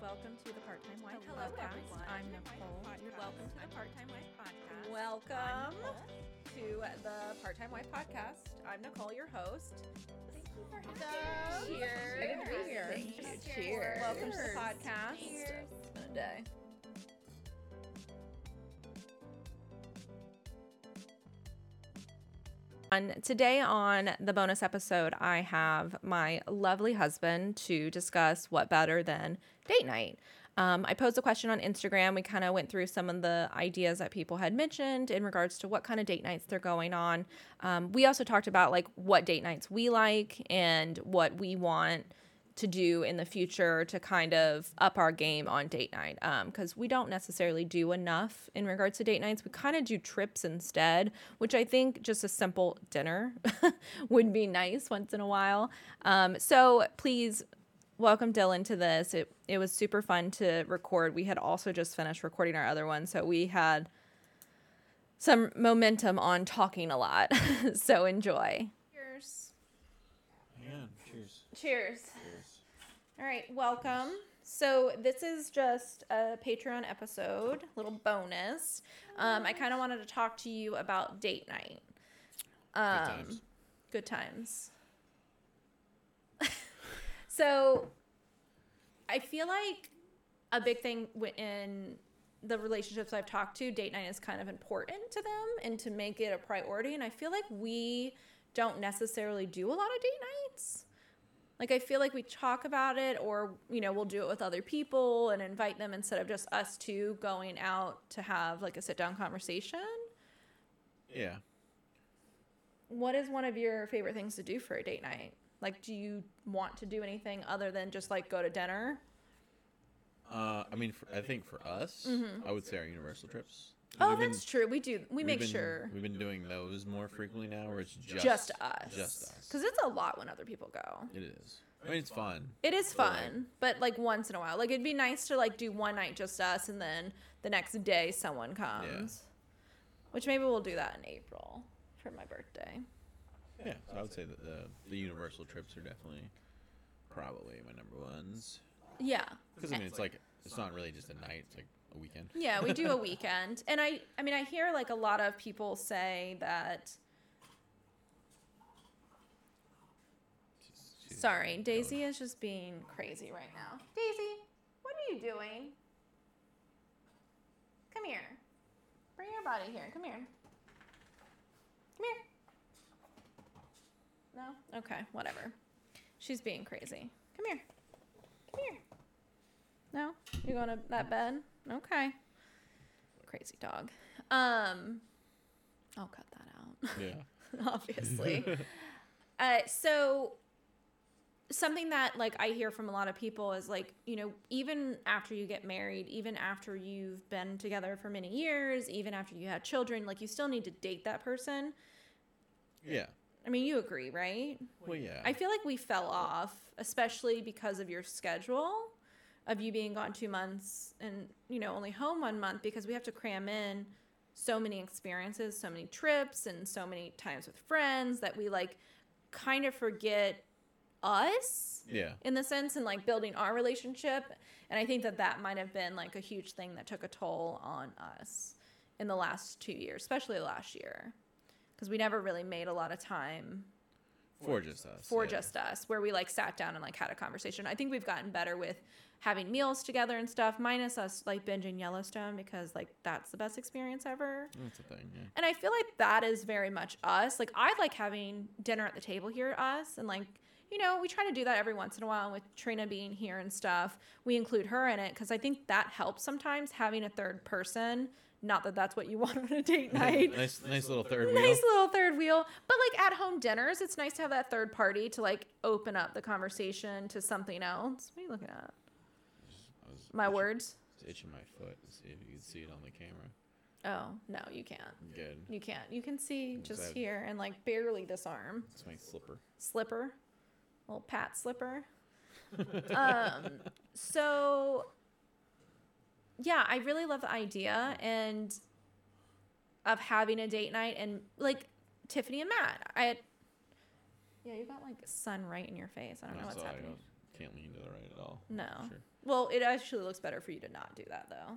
Welcome to the Part Time Wife Hello, Podcast. everyone. I'm Nicole. Podcast. Welcome to the I'm Part Time Wife Podcast. I'm Welcome Nicole. to the Part Time Wife Podcast. I'm Nicole, your host. Thank you for Cheers. having Good me. to be here. Thank you. Cheers. Cheers. Welcome to the Cheers. podcast. Cheers. It's been a day. On today on the bonus episode, I have my lovely husband to discuss what better than date night. Um, I posed a question on Instagram. We kind of went through some of the ideas that people had mentioned in regards to what kind of date nights they're going on. Um, we also talked about like what date nights we like and what we want to do in the future to kind of up our game on date night because we don't necessarily do enough in regards to date nights we kind of do trips instead which i think just a simple dinner would be nice once in a while um, so please welcome dylan to this it, it was super fun to record we had also just finished recording our other one so we had some momentum on talking a lot so enjoy cheers Man, cheers. cheers Cheers. all right, welcome. So this is just a Patreon episode, little bonus. Um, I kind of wanted to talk to you about date night. Um, times. Good times. so I feel like a big thing wi- in the relationships I've talked to, date night is kind of important to them and to make it a priority. And I feel like we don't necessarily do a lot of date nights. Like I feel like we talk about it or you know, we'll do it with other people and invite them instead of just us two going out to have like a sit down conversation. Yeah. What is one of your favorite things to do for a date night? Like do you want to do anything other than just like go to dinner? Uh, I mean, for, I think for us, I would say our universal trips. 'Cause Mm-hmm. Oh, we've been- that's true. We do we we've make been- sure We've been doing those more frequently now, where it's just just us. Just us. Cuz it's a lot when other people go. it is. I mean, it's fun. It is But, like- fun, but like once in a while. Like it'd be nice to like do one night just us and then the next day someone comes. Which maybe we'll do that in April for my birthday. Yeah. So I would say that the the universal trips are definitely probably my number ones. Yeah. Because I mean, it's like it's not really just a night; it's like a weekend. Yeah, we do a weekend. And I I mean I hear like a lot of people say that She's- she's sorry, going. Daisy is just being crazy right now. Daisy, what are you doing? Come here. Bring your body here. Come here. Come here. No? Okay, whatever. She's being crazy. Come here. Come here. No? You going to that bed? Okay. Crazy dog. Um I'll cut that out. Yeah. Obviously. uh so something that like I hear from a lot of people is like, you know, even after you get married, even after you've been together for many years, even after you have children, like you still need to date that person. Yeah. I mean, you agree, right? Well, yeah. I feel like we fell off, especially because of your schedule of you being gone two months and, you know, only home one month because we have to cram in so many experiences, so many trips, and so many times with friends that we like kind of forget us yeah. in the sense and like building our relationship and i think that that might have been like a huge thing that took a toll on us in the last two years especially last year because we never really made a lot of time For just us. for yeah. just us where we like sat down and like had a conversation i think we've gotten better with having meals together and stuff minus us like binging yellowstone because like that's the best experience ever That's a thing. Yeah. and I feel like that is very much us. Like I like having dinner at the table here at us and like you know, we try to do that every once in a while and with Trina being here and stuff. We include her in it cuz I think that helps sometimes having a third person. Not that that's what you want on a date night. nice, nice little third wheel. nice little third wheel. But like at home dinners, it's nice to have that third party to like open up the conversation to something else. What are you looking at? I was My itching- words? was Itching my foot. to See if you can see it on the camera. Oh, no, you can't. Good. You can't. You can see Is just that- here and like barely this arm. It's my slipper. slipper, little pat slipper. um, so yeah, I really love the idea and of having a date night and like Tiffany and Matt. I yeah, you got like sun right in your face. I don't know I'm what's sorry, happening. Oh. I can't lean to the right at all. No. Sure. Well, it actually looks better for you to not do that though.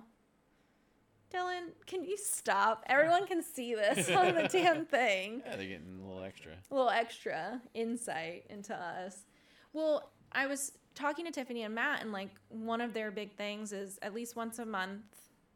Dylan, can you stop? Everyone can see this on the damn thing. Yeah, they're getting a little extra. A little extra insight into us. Well, I was talking to Tiffany and Matt, and like one of their big things is at least once a month,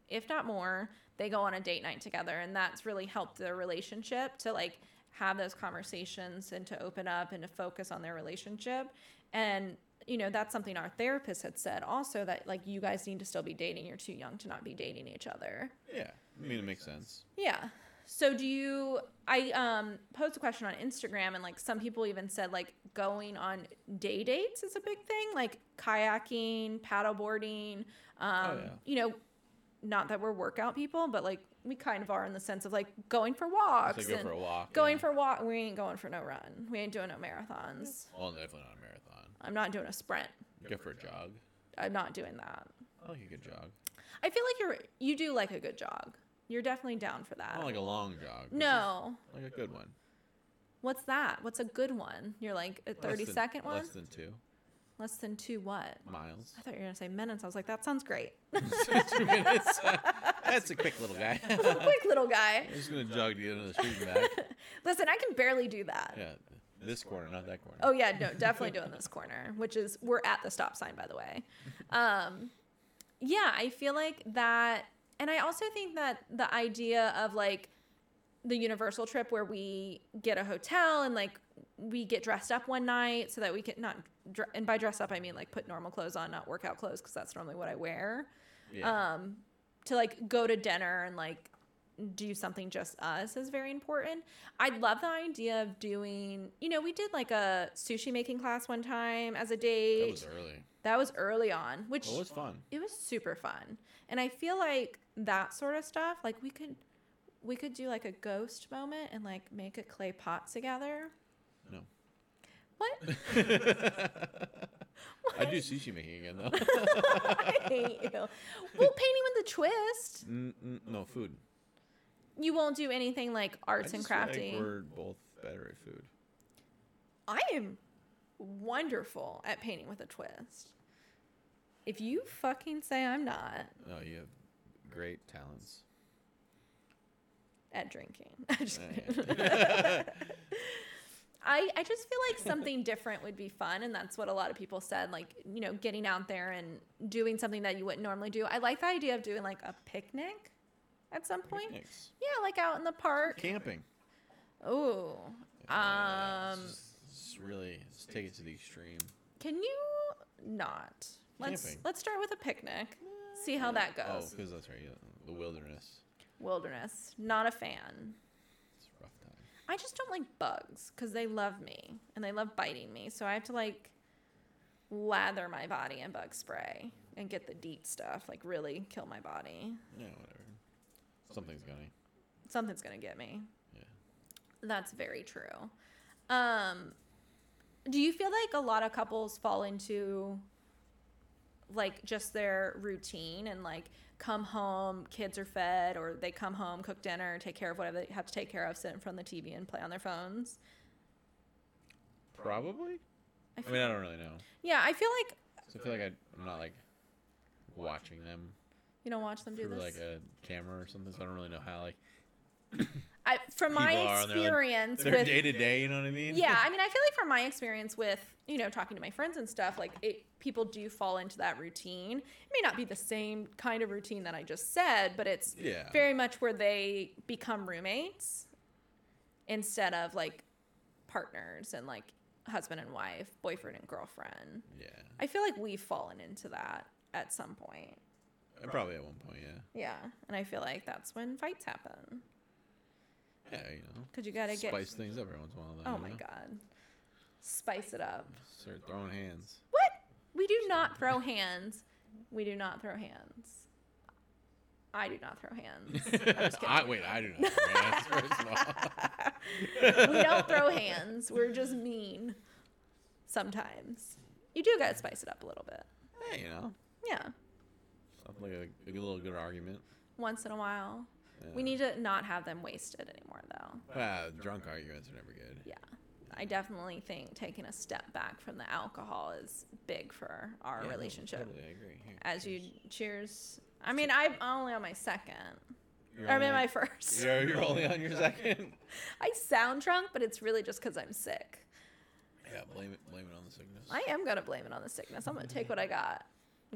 if not more, they go on a date night together. And that's really helped their relationship to like have those conversations and to open up and to focus on their relationship. And, you know, that's something our therapist had said also that like you guys need to still be dating. You're too young to not be dating each other. Yeah, I mean it makes sense. Yeah. So do you I um posed a question on Instagram and like some people even said like going on day dates is a big thing, like kayaking, paddleboarding, um Oh, yeah. you know, not that we're workout people, but like we kind of are in the sense of like going for walks It's like go and for a walk. going yeah. for a walk. We ain't going for no run. We ain't doing no marathons. Well, definitely not a marathon. I'm not doing a sprint. Go for a jog. I'm not doing that. I like a good jog. I feel like you're you do like a good jog. You're definitely down for that. Not like a long jog. but no. just Like a good one. What's that? What's a good one? You're like a Less thirty than- second one? Less than two Less than two what? miles. I thought you were gonna say minutes. I was like, that sounds great. two minutes. That's a quick little guy. I'm Quick little guy. just gonna jog to the end of the street and back. Listen, I can barely do that. Yeah, this corner, not that corner. Oh yeah, no, definitely doing this corner, which is we're at the stop sign by the way. Um, yeah, I feel like that, and I also think that the idea of like the universal trip where we get a hotel and like we get dressed up one night so that we can not dr- and by dress up I mean like put normal clothes on, not workout clothes because that's normally what I wear. yeah. um, to like go to dinner and like do something just us is very important. I love the idea of doing, you know, we did like a sushi making class one time as a date. that was early. early on, which Well, it was fun. it was super fun. And I feel like that sort of stuff, like we could we could do like a ghost moment and like make a clay pot together. No. What? I do sushi making again though. I hate you. Well, painting with a twist. N- n- no food. You won't do anything like arts I and just feel like crafting. we're both better at food. I am wonderful at painting with a twist. If you fucking say I'm not No, Oh, you have great talents. at drinking, I just, Uh, yeah. I, I just feel like something different would be fun. And that's what a lot of people said like, you know, getting out there and doing something that you wouldn't normally do. I like the idea of doing like a picnic at some point. Picnics. Yeah, like out in the park. Camping. Oh, Yeah, um, it's just, it's really let's take it to the extreme. can you not? Let's, Camping. let's start with a picnic. See how that Oh, goes. because that's right. Yeah, the wilderness. Wilderness. Not a fan. It's a rough time. I just don't like bugs because they love me and they love biting me. So I have to like lather my body in bug spray and get the deet stuff, like really kill my body. Yeah, whatever. Something's gonna. Something's gonna get me. Yeah. That's very true. Um, do you feel like a lot of couples fall into like just their routine and like come home, kids are fed, or they come home, cook dinner, take care of whatever they have to take care of, sit in front of the TV and play on their phones? Probably. I I mean, I don't really know. Yeah, I feel like 'Cause I feel like I, I'm not like watching them You don't watch them do through this. like a camera or something. So I don't really know how like I, from my people are, and they're like- experience their with day to day. You know what I mean? yeah, I mean, I feel like from my experience with you know talking to my friends and stuff, like it, people do fall into that routine. It may not be the same kind of routine that I just said, but it's Yeah. very much where they become roommates instead of like partners and like husband and wife, boyfriend and girlfriend. Yeah. I feel like we've fallen into that at some point. Uh, Probably at one point. Yeah. Yeah, and I feel like that's when fights happen Yeah. You know. because you gotta get Spice things up every once in a while. Though, Oh you my know? god. Spice it up. Start throwing hands. What? We do not throw hands. We do not throw hands. I do not throw hands. I, wait, I do not. throw hands, first of all. we don't throw hands. We're just mean sometimes. You do gotta spice it up a little bit. Hey, you know, Yeah. something like a, a little good argument. Once in a while. Yeah. We need to not have them wasted anymore though. Wow, drunk Ah, arguments are never good. Yeah. I definitely think taking a step back from the alcohol is big for our Yeah, no, relationship. Totally, I agree. Here, As you cheers. cheers. I mean, I'm only on my second. You're Or I'm only- in my first. You're, you're only on your second. I sound drunk, but it's really just because I'm sick. Yeah, blame it. Blame it on the sickness. I am gonna blame it on the sickness. I'm gonna take what I got.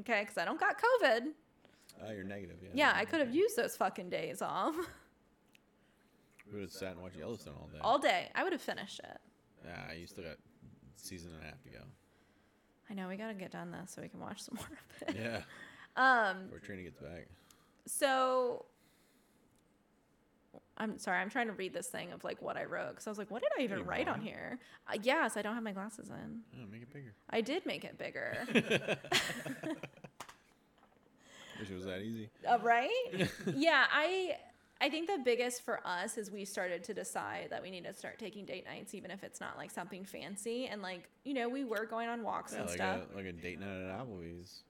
Okay, because I don't got COVID. Oh, you're negative. Yeah. Yeah, I could have used those fucking days off We would have sat and watched Yellowstone all day. all day. I would have finished it. Yeah, you still got season and a half to go. I know we gotta get done this so we can watch some more of it. Yeah. Um, Before Trina gets back. so I'm sorry, I'm trying to read this thing of like what I wrote because I was like, what did I even you write on blind? here? Uh, yes, I don't have my glasses in. Oh, make it bigger. I did make it bigger, Wish it was that easy. uh, right? yeah, I I think the biggest for us is we started to decide that we need to start taking date nights, even if it's not like something fancy. And like you know, we were going on walks Yeah, and like, stuff. a, like a date night at Applebee's.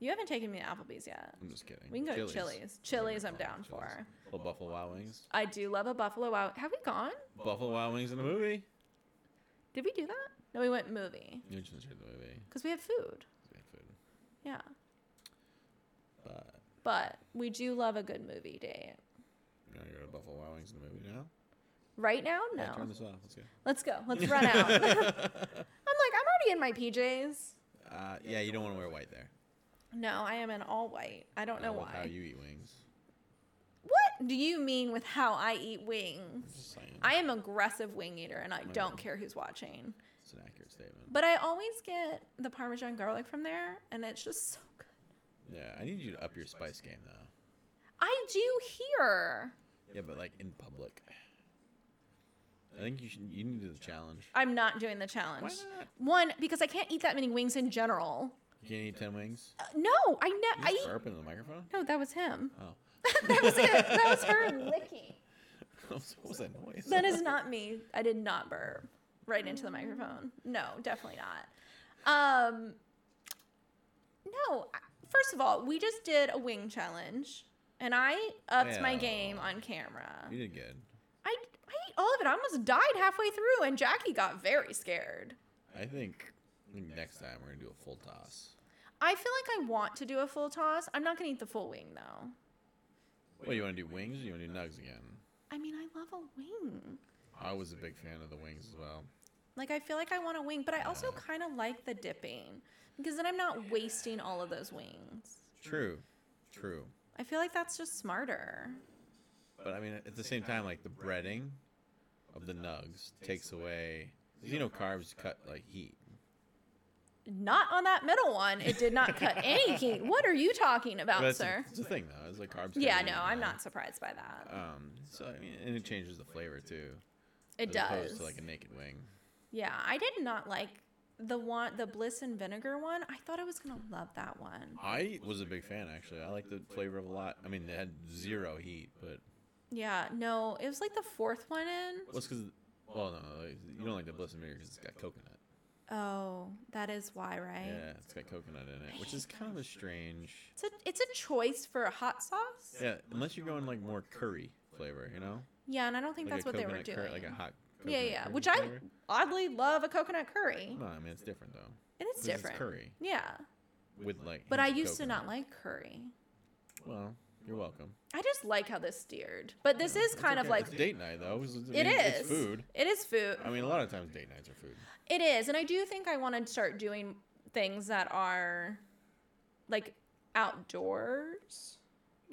You haven't taken me to Applebee's yet. I'm just kidding. We can go to Chili's. Chili's. Chili's, I'm down for. Little Buffalo Wild Wings. I do love a Buffalo Wild. Have we gone? Buffalo Wild Wings in the movie. Did we do that? No, we went movie You just heard the movie. because we had food. It's good food. Yeah, But but we do love a good movie date. you want to go to Buffalo Wild Wings in the movie now? Right now, no. Yeah, turn this off. Let's go. Let's go. Let's run out. I'm like, I'm already in my PJs. Uh, yeah, you don't want to wear white there. No, I am in all white. I don't know Not with How why. you eat wings? what do you mean with how I eat wings? Just saying. I am aggressive wing eater, and I don't God. care who's watching. It's an accurate statement. But I always get the Parmesan garlic from there, and it's just so good. Yeah, I need you to up your spice game though. I do here. Yeah, but like in public. I think you should. You need to do the challenge. I'm not doing the challenge. not? One, because I can't eat that many wings in general. You can't eat ten wings. Uh, no, I You ne- I just eat. burp into the microphone. No, that was him. Oh, that was it. That was her licking. what was that noise? That is not me. I did not burp right into the microphone. No, definitely not. Um, no. I- First of all, we just did a wing challenge, and I upped my Well. game on camera. You did good. I, I ate all of it. I almost died halfway through, and Jackie got very scared. I think next time we're gonna do a full toss. I feel like I want to do a full toss. I'm not gonna eat the full wing though. What you want to do? Wings? Or you want to do nugs again? I mean, I love a wing. I was a big fan of the wings as well. Like I feel like I want a wing, but I also kind of like the dipping because then I'm not wasting all of those wings. True, true. I feel like that's just smarter. But I mean, at the same time, like the breading of the nugs takes away. 'cause You know, carbs cut like heat. Not on that middle one. It did not cut any heat. What are you talking But about, that's a- Oh, sir? It's a thing though. It's like carbs. cut Yeah, heat, no, you I'm know? not surprised by that. Um, so I mean, and it changes the flavor too. It as opposed does. to like a naked wing. Yeah, I did not like the one, the bliss and vinegar one. I thought I was gonna love that one. I was a big fan actually. I liked the flavor of a lot. I mean, they had zero heat, but Yeah, no, it was like the fourth one in. what's because? Well, no, you don't like the bliss and vinegar because it's got coconut. Oh, that is why, right? Yeah, it's got coconut in it, which is kind of a strange. It's a it's a choice for a hot sauce. Yeah, unless you're going like more curry flavor, you know, Yeah, and I don't think like that's what they were coconut doing. curry- like a hot. yeah, coconut yeah, curry which I flavor. oddly love a coconut curry. No, I mean it's different though. It is This is different. curry. Yeah, With like. but I hints of used to coconut. not like curry. Well, you're welcome. I just like how this steered. But this is kind of Okay, like it's date night though. It's, it's, it is. It's food. It is food. I mean, a lot of times date nights are food. It is, and I do think I want to start doing things that are like outdoors,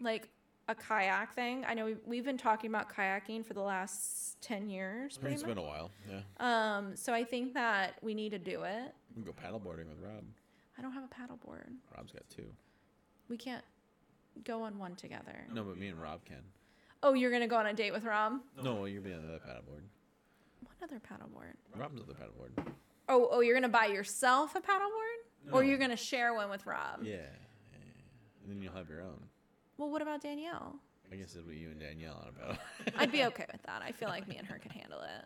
like a kayak thing. I know we've, we've been talking about kayaking for the last ten years, pretty It's much. been a while. Yeah, Um, so I think that we need to do it. we can go paddleboarding with Rob. I don't have a paddleboard. Rob's got two. We can't go on one together. No, but me and Rob can. Oh, you're gonna go on a date with Rob? No, well, you're being on the other paddleboard. What other paddleboard? Rob's on the paddleboard. Oh, oh, you're gonna buy yourself a paddleboard, or No. you're gonna share one with Rob? Yeah, yeah. And then you'll have your own. Well, what about Danielle? I guess it'll be you and Danielle on about. I'd be okay with that. I feel like me and her could handle it.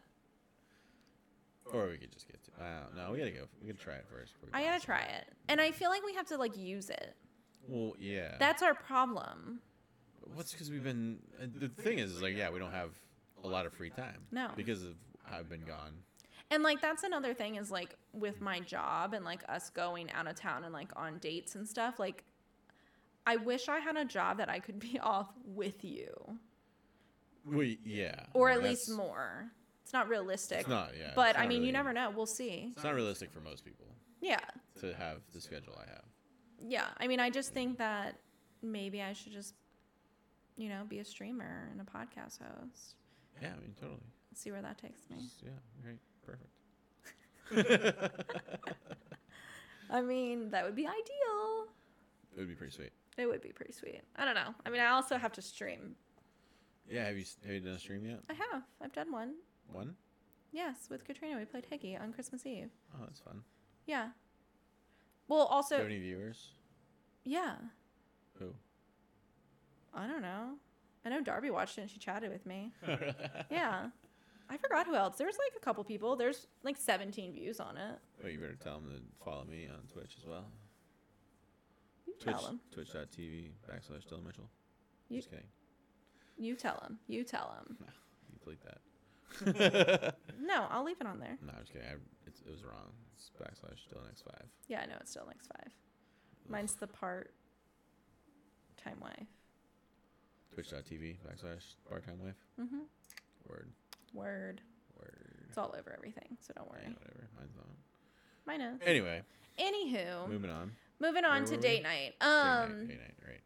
or we could just get to. Wow. No, we gotta go. We gotta try it first. before we I go gotta outside. try it, and I feel like we have to like use it. Well, yeah. That's our problem. What's because we've been. uh, The thing is, is like, yeah, we don't have a lot of free time. No. Because of I've been gone. And like that's another thing is like with my job and like us going out of town and like on dates and stuff, like I wish I had a job that I could be off with you. We yeah. Or I mean, at least Mm, that's- more. It's not realistic. It's not yeah. but it's I not mean really- you never know. We'll see. It's not realistic for most people Yeah. to have the schedule I have. Yeah. I mean I just think that maybe I should just you know, be a streamer and a podcast host. Yeah, I mean totally. See where that takes me. Just- yeah, right, perfect. I mean, that would be ideal. It would be pretty sweet. It would be pretty sweet. I don't know. I mean, I also have to stream. Yeah, have you s- have you done a stream yet? I have. I've done one. One? Yes, with Katrina, we played Higgy on Christmas Eve. Oh, that's fun. Yeah. Well, Do you also, have any viewers? yeah. Who? I don't know. I know Darby watched it and she chatted with me. yeah. I forgot who else. There was like a couple people. There's like 17 views on it. Well, you better tell them to follow me on Twitch as well. You Twitch, tell them. twitch.tv backslash Dylan Mitchell. You- Just kidding. You tell them. You tell them. You delete that. No, I'll leave it on there. No, I'm just kidding. I, it's, it was wrong. It's backslash Dylan X5. Yeah, I know it's still next five. Mine's the part time wife. Twitch.tv backslash Bartime Wife. Mm-hmm. Word. Word. Word. It's all over everything, so don't Yeah, worry. whatever. Mine's not. Mine is. Anyway, Anywho, moving on. moving on where to were we? date night. Day Um. night, day night, right.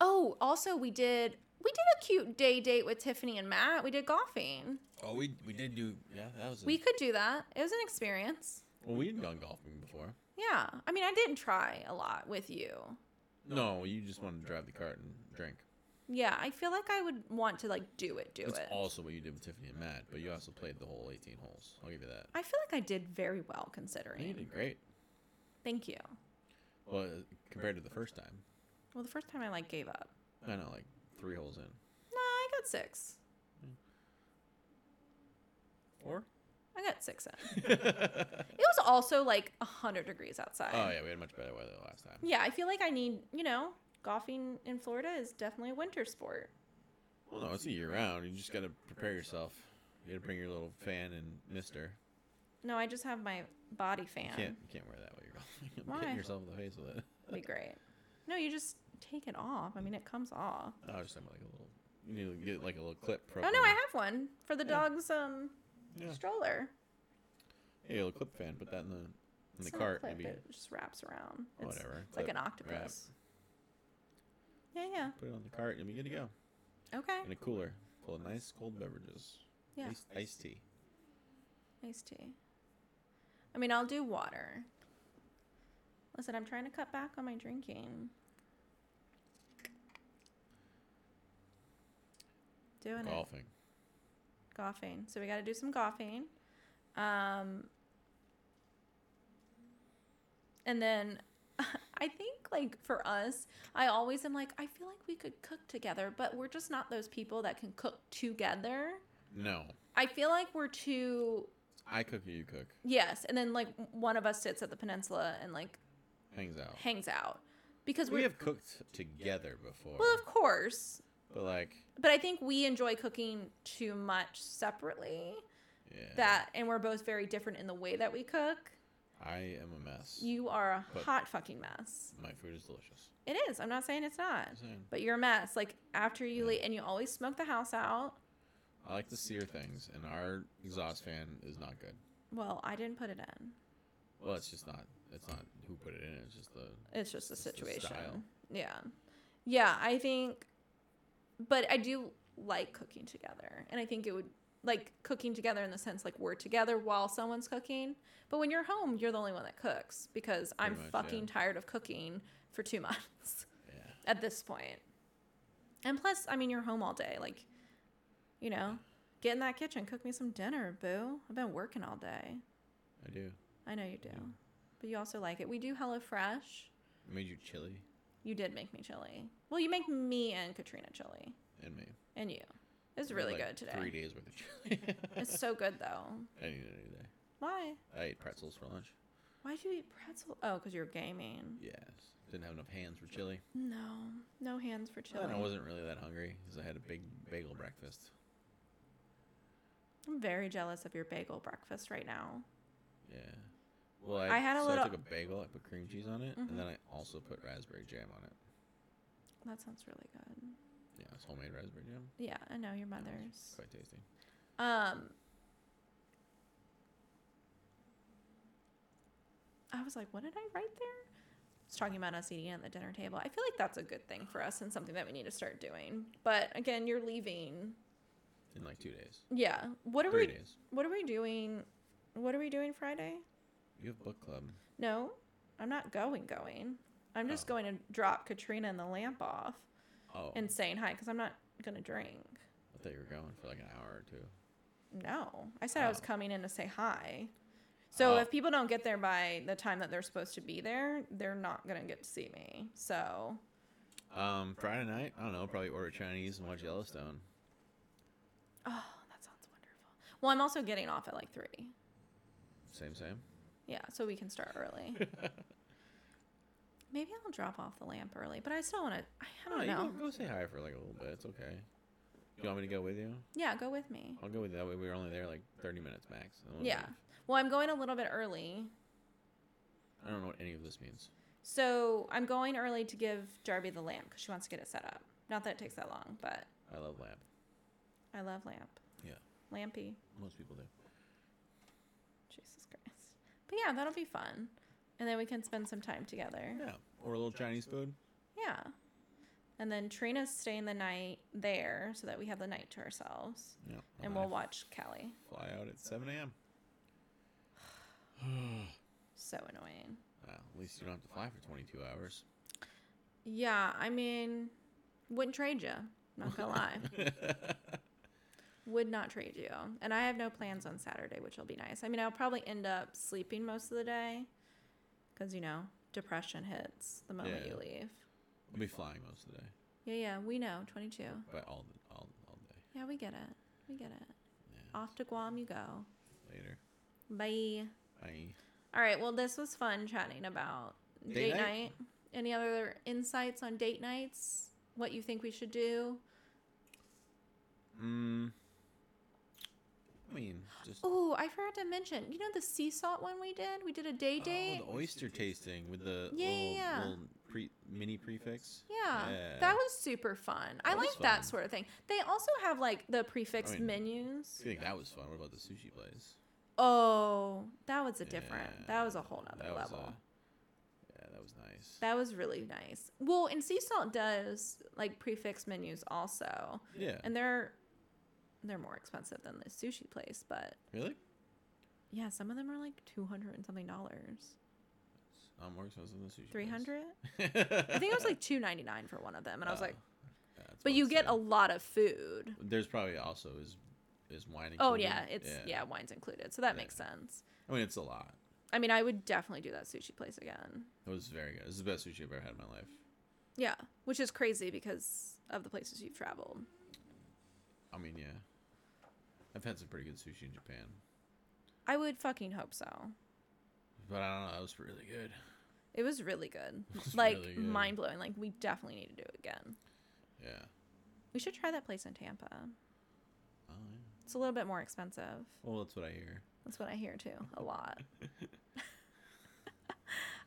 Oh, also we did we did a cute day date with Tiffany and Matt. We did golfing. Oh, we we did do yeah. That was a, We could do that. It was an experience. well. We'd gone golfing before. Yeah. I mean, I didn't try a lot with you. No, you just wanted to drive the cart and drink. Yeah, I feel like I would want to like do it, do It's it. also what you did with Tiffany and Matt, but you also played the whole 18 holes. I'll give you that. I feel like I did very well Yeah, you did considering. great. Thank you. Well, uh, compared to the first time, Well, the first time I like gave up. I know like three holes in. No, I got six. Four? I got six in. it was also like hundred degrees outside. Oh yeah, we had much better weather last time. Yeah, I feel like I need you know, golfing in Florida is definitely a winter sport. Well, no, it's a year round. You just gotta prepare yourself. You gotta bring your little fan and mister. No, I just have my body You fan. can't uh, you can't wear that while you're golfing. You'll be Why? Hitting yourself in the face with it. be great. No, you just take it off. I mean, it comes off. I was just talking about like a little. You need to get like a little clip. Oh no, I have one for the Yeah. dog's um Yeah. stroller. Hey, a little clip fan. Put that in the in the It's not a cart. clip, Maybe It just wraps around. It's, whatever. It's like clip, an wrap, octopus. Yeah, yeah. Put it on the cart and you'll be good to go. Okay. In a cooler full of nice cold beverages. Yeah. Iced, iced tea. Iced tea. I mean, I'll do water. Listen, I'm trying to cut back on my drinking. Doing it. Golfing. golfing. So we got to do some golfing. Um, and then I think, like, for us, I always am like, I feel like we could cook together, but we're just not those people that can cook together. No, I feel like we're too, I cook or you cook. yes. And then, like, one of us sits at the peninsula and, like, Hangs out. hangs out because Oh. we we're, have cooked together before, well, of course. but like, But I think we enjoy cooking too much separately. yeah, That, and we're both very different in the way that we cook. I am a mess. You are a But- hot fucking mess. My food is delicious. It is. I'm not saying it's not. I'm saying. But you're a mess. Like after you leave and you always smoke the house out. I like to sear things, and our exhaust fan is not good. Well, I didn't put it in. Well, it's just not. It's not who put it in. It's just the. It's just a It's the situation. style. yeah. Yeah, I think but I do like cooking together. And I think it would like cooking together in the sense like we're together while someone's cooking. But when you're home, you're the only one that cooks because I'm Pretty much, yeah. fucking tired of cooking for 2 months. Yeah. at this point. And plus, I mean, you're home all day. Like, you know, get in that kitchen, cook me some dinner, boo. I've been working all day. I do. I know you do, but you also like it. We do HelloFresh. I made you chili You did make me chili. Well, you make me and Katrina chili, and me. and you. It's really like good today. Three days worth of chili. It's so good though. I need a new day. Why? I ate pretzels for lunch. Why'd you eat pretzel? Oh, because you're gaming. Yes. Didn't have enough hands for chili. No, no hands for chili. And I wasn't really that hungry because I had a big bagel breakfast. I'm very jealous of your bagel breakfast right now. Yeah. Well, I, I had a so little- I took a bagel, I put cream cheese on it, Mhm. and then I also put raspberry jam on it. That sounds really good. Yeah, it's homemade raspberry jam. Yeah, I know your That was mother's. Quite tasty. Um, I was like, what did I write there? It's talking about us eating at the dinner table. I feel like that's a good thing for us and something that we need to start doing. But again, you're leaving. In like two days, Yeah. What are three we? days. What are we doing? What are we doing Friday? You have book club. No, I'm not going. Going. I'm just Oh. going to drop Katrina and the lamp off Oh, and saying hi because I'm not gonna drink. I thought you were going for like an hour or two. No, I said I was Oh. coming in to say hi. So Oh. if people don't get there by the time that they're supposed to be there, they're not gonna get to see me. So Um, Friday night, I don't know, probably order Chinese and watch Yellowstone. oh, that sounds wonderful. Well, I'm also getting off at like three. Same, same. Yeah, so we can start early. Maybe I'll drop off the lamp early, but I still want to. I Oh, don't you know. Go, go say hi for like a little bit. It's okay. You want me to go with you? Yeah, go with me. I'll go with you. That way we were only there like 30 minutes max. and we'll Yeah. leave. Well, I'm going a little bit early. I don't know what any of this means. So I'm going early to give Jarby the lamp because she wants to get it set up. Not that it takes that long, but I love lab. I love lamp. Yeah. Lampy. Most people do. Jesus Christ. But yeah, that'll be fun. And then we can spend some time together. Yeah. Or a little Chinese food. Yeah. And then Trina's staying the night there so that we have the night to ourselves. Yeah. And then we'll watch Kelly. I fly out at 7 a.m. So annoying. Well, Ah, at least you don't have to fly for 22 hours. Yeah, I mean, wouldn't trade you. Not gonna lie. Would not trade you. And I have no plans on Saturday, which will be nice. I mean, I'll probably end up sleeping most of the day because, you know, depression hits the moment Yeah. you leave. I'll be flying most of the day, Yeah, yeah, we know. 22. but all the, all all day. Yeah, we get it. We get it. Yeah. Off to Guam you go. Later. Bye. Bye. All right. Well, this was fun chatting about date, Date night. night? Any other insights on date nights? What you think we should do? Mm. I mean, just Oh, I forgot to mention. You know the sea salt one we did. We did a day Oh, date. the oyster tasting with the Yeah, yeah, little, yeah. little pre, mini prefix. yeah, yeah. that was super fun. I That was like that fun. sort of thing. They also have like the prefix I mean- menus. I think that was fun. What about the sushi place? Oh, that was a different. that was a Yeah, whole nother that was level. a- yeah, that was nice. That was really nice. Well, and Sea Salt does like prefix menus also, yeah. and they're they're more expensive than the sushi place, but really? yeah, some of them are like two hundred and something dollars, I'm more expensive than the sushi. three hundred. I I think it was like two ninety nine for one of them, and I was Oh, like, but you get a lot of food. There's probably also is is wine. Oh included? yeah, it's yeah, wine's included, so that Yeah. makes sense. I mean, it's a lot. I mean, I would definitely do that sushi place again. It was very good. This is the best sushi I've ever had in my life. Yeah, which is crazy because of the places you've traveled. I mean, yeah. I've had some pretty good sushi in Japan, I would fucking hope so. but I don't know. That was really good. It was really good. was like really good. mind blowing. Like we definitely need to do it again. Yeah. We should try that place in Tampa. Oh yeah. It's a little bit more expensive. Well, that's what I hear. That's what I hear too. A lot.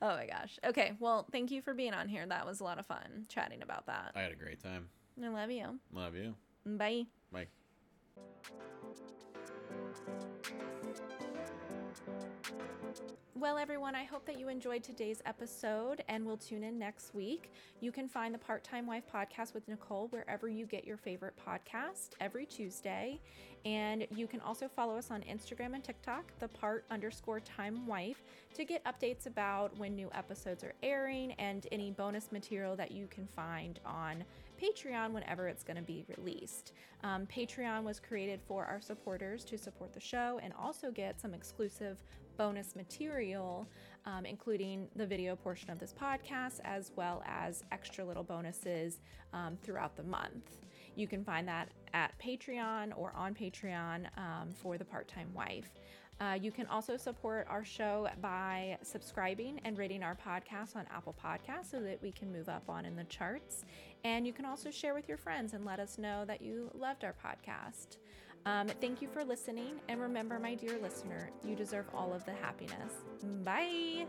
oh my gosh. Okay. Well, thank you for being on here. That was a lot of fun chatting about that. I had a great time. I love you. Love you. Bye. Bye. Well, everyone, I hope that you enjoyed today's episode and will tune in next week. You can find the Part Time Wife podcast with Nicole wherever you get your favorite podcast every Tuesday. And you can also follow us on Instagram and TikTok, the part underscore time wife, to get updates about when new episodes are airing and any bonus material that you can find on Patreon whenever it's going to be released. Um, Patreon was created for our supporters to support the show and also get some exclusive bonus material, um, including the video portion of this podcast, as well as extra little bonuses um, throughout the month. You can find that at Patreon or on Patreon um, for the part time wife. Uh, you can also support our show by subscribing and rating our podcast on Apple Podcasts so that we can move up on in the charts. And you can also share with your friends and let us know that you loved our podcast. Um, thank you for listening. And remember, my dear listener, you deserve all of the happiness. Bye.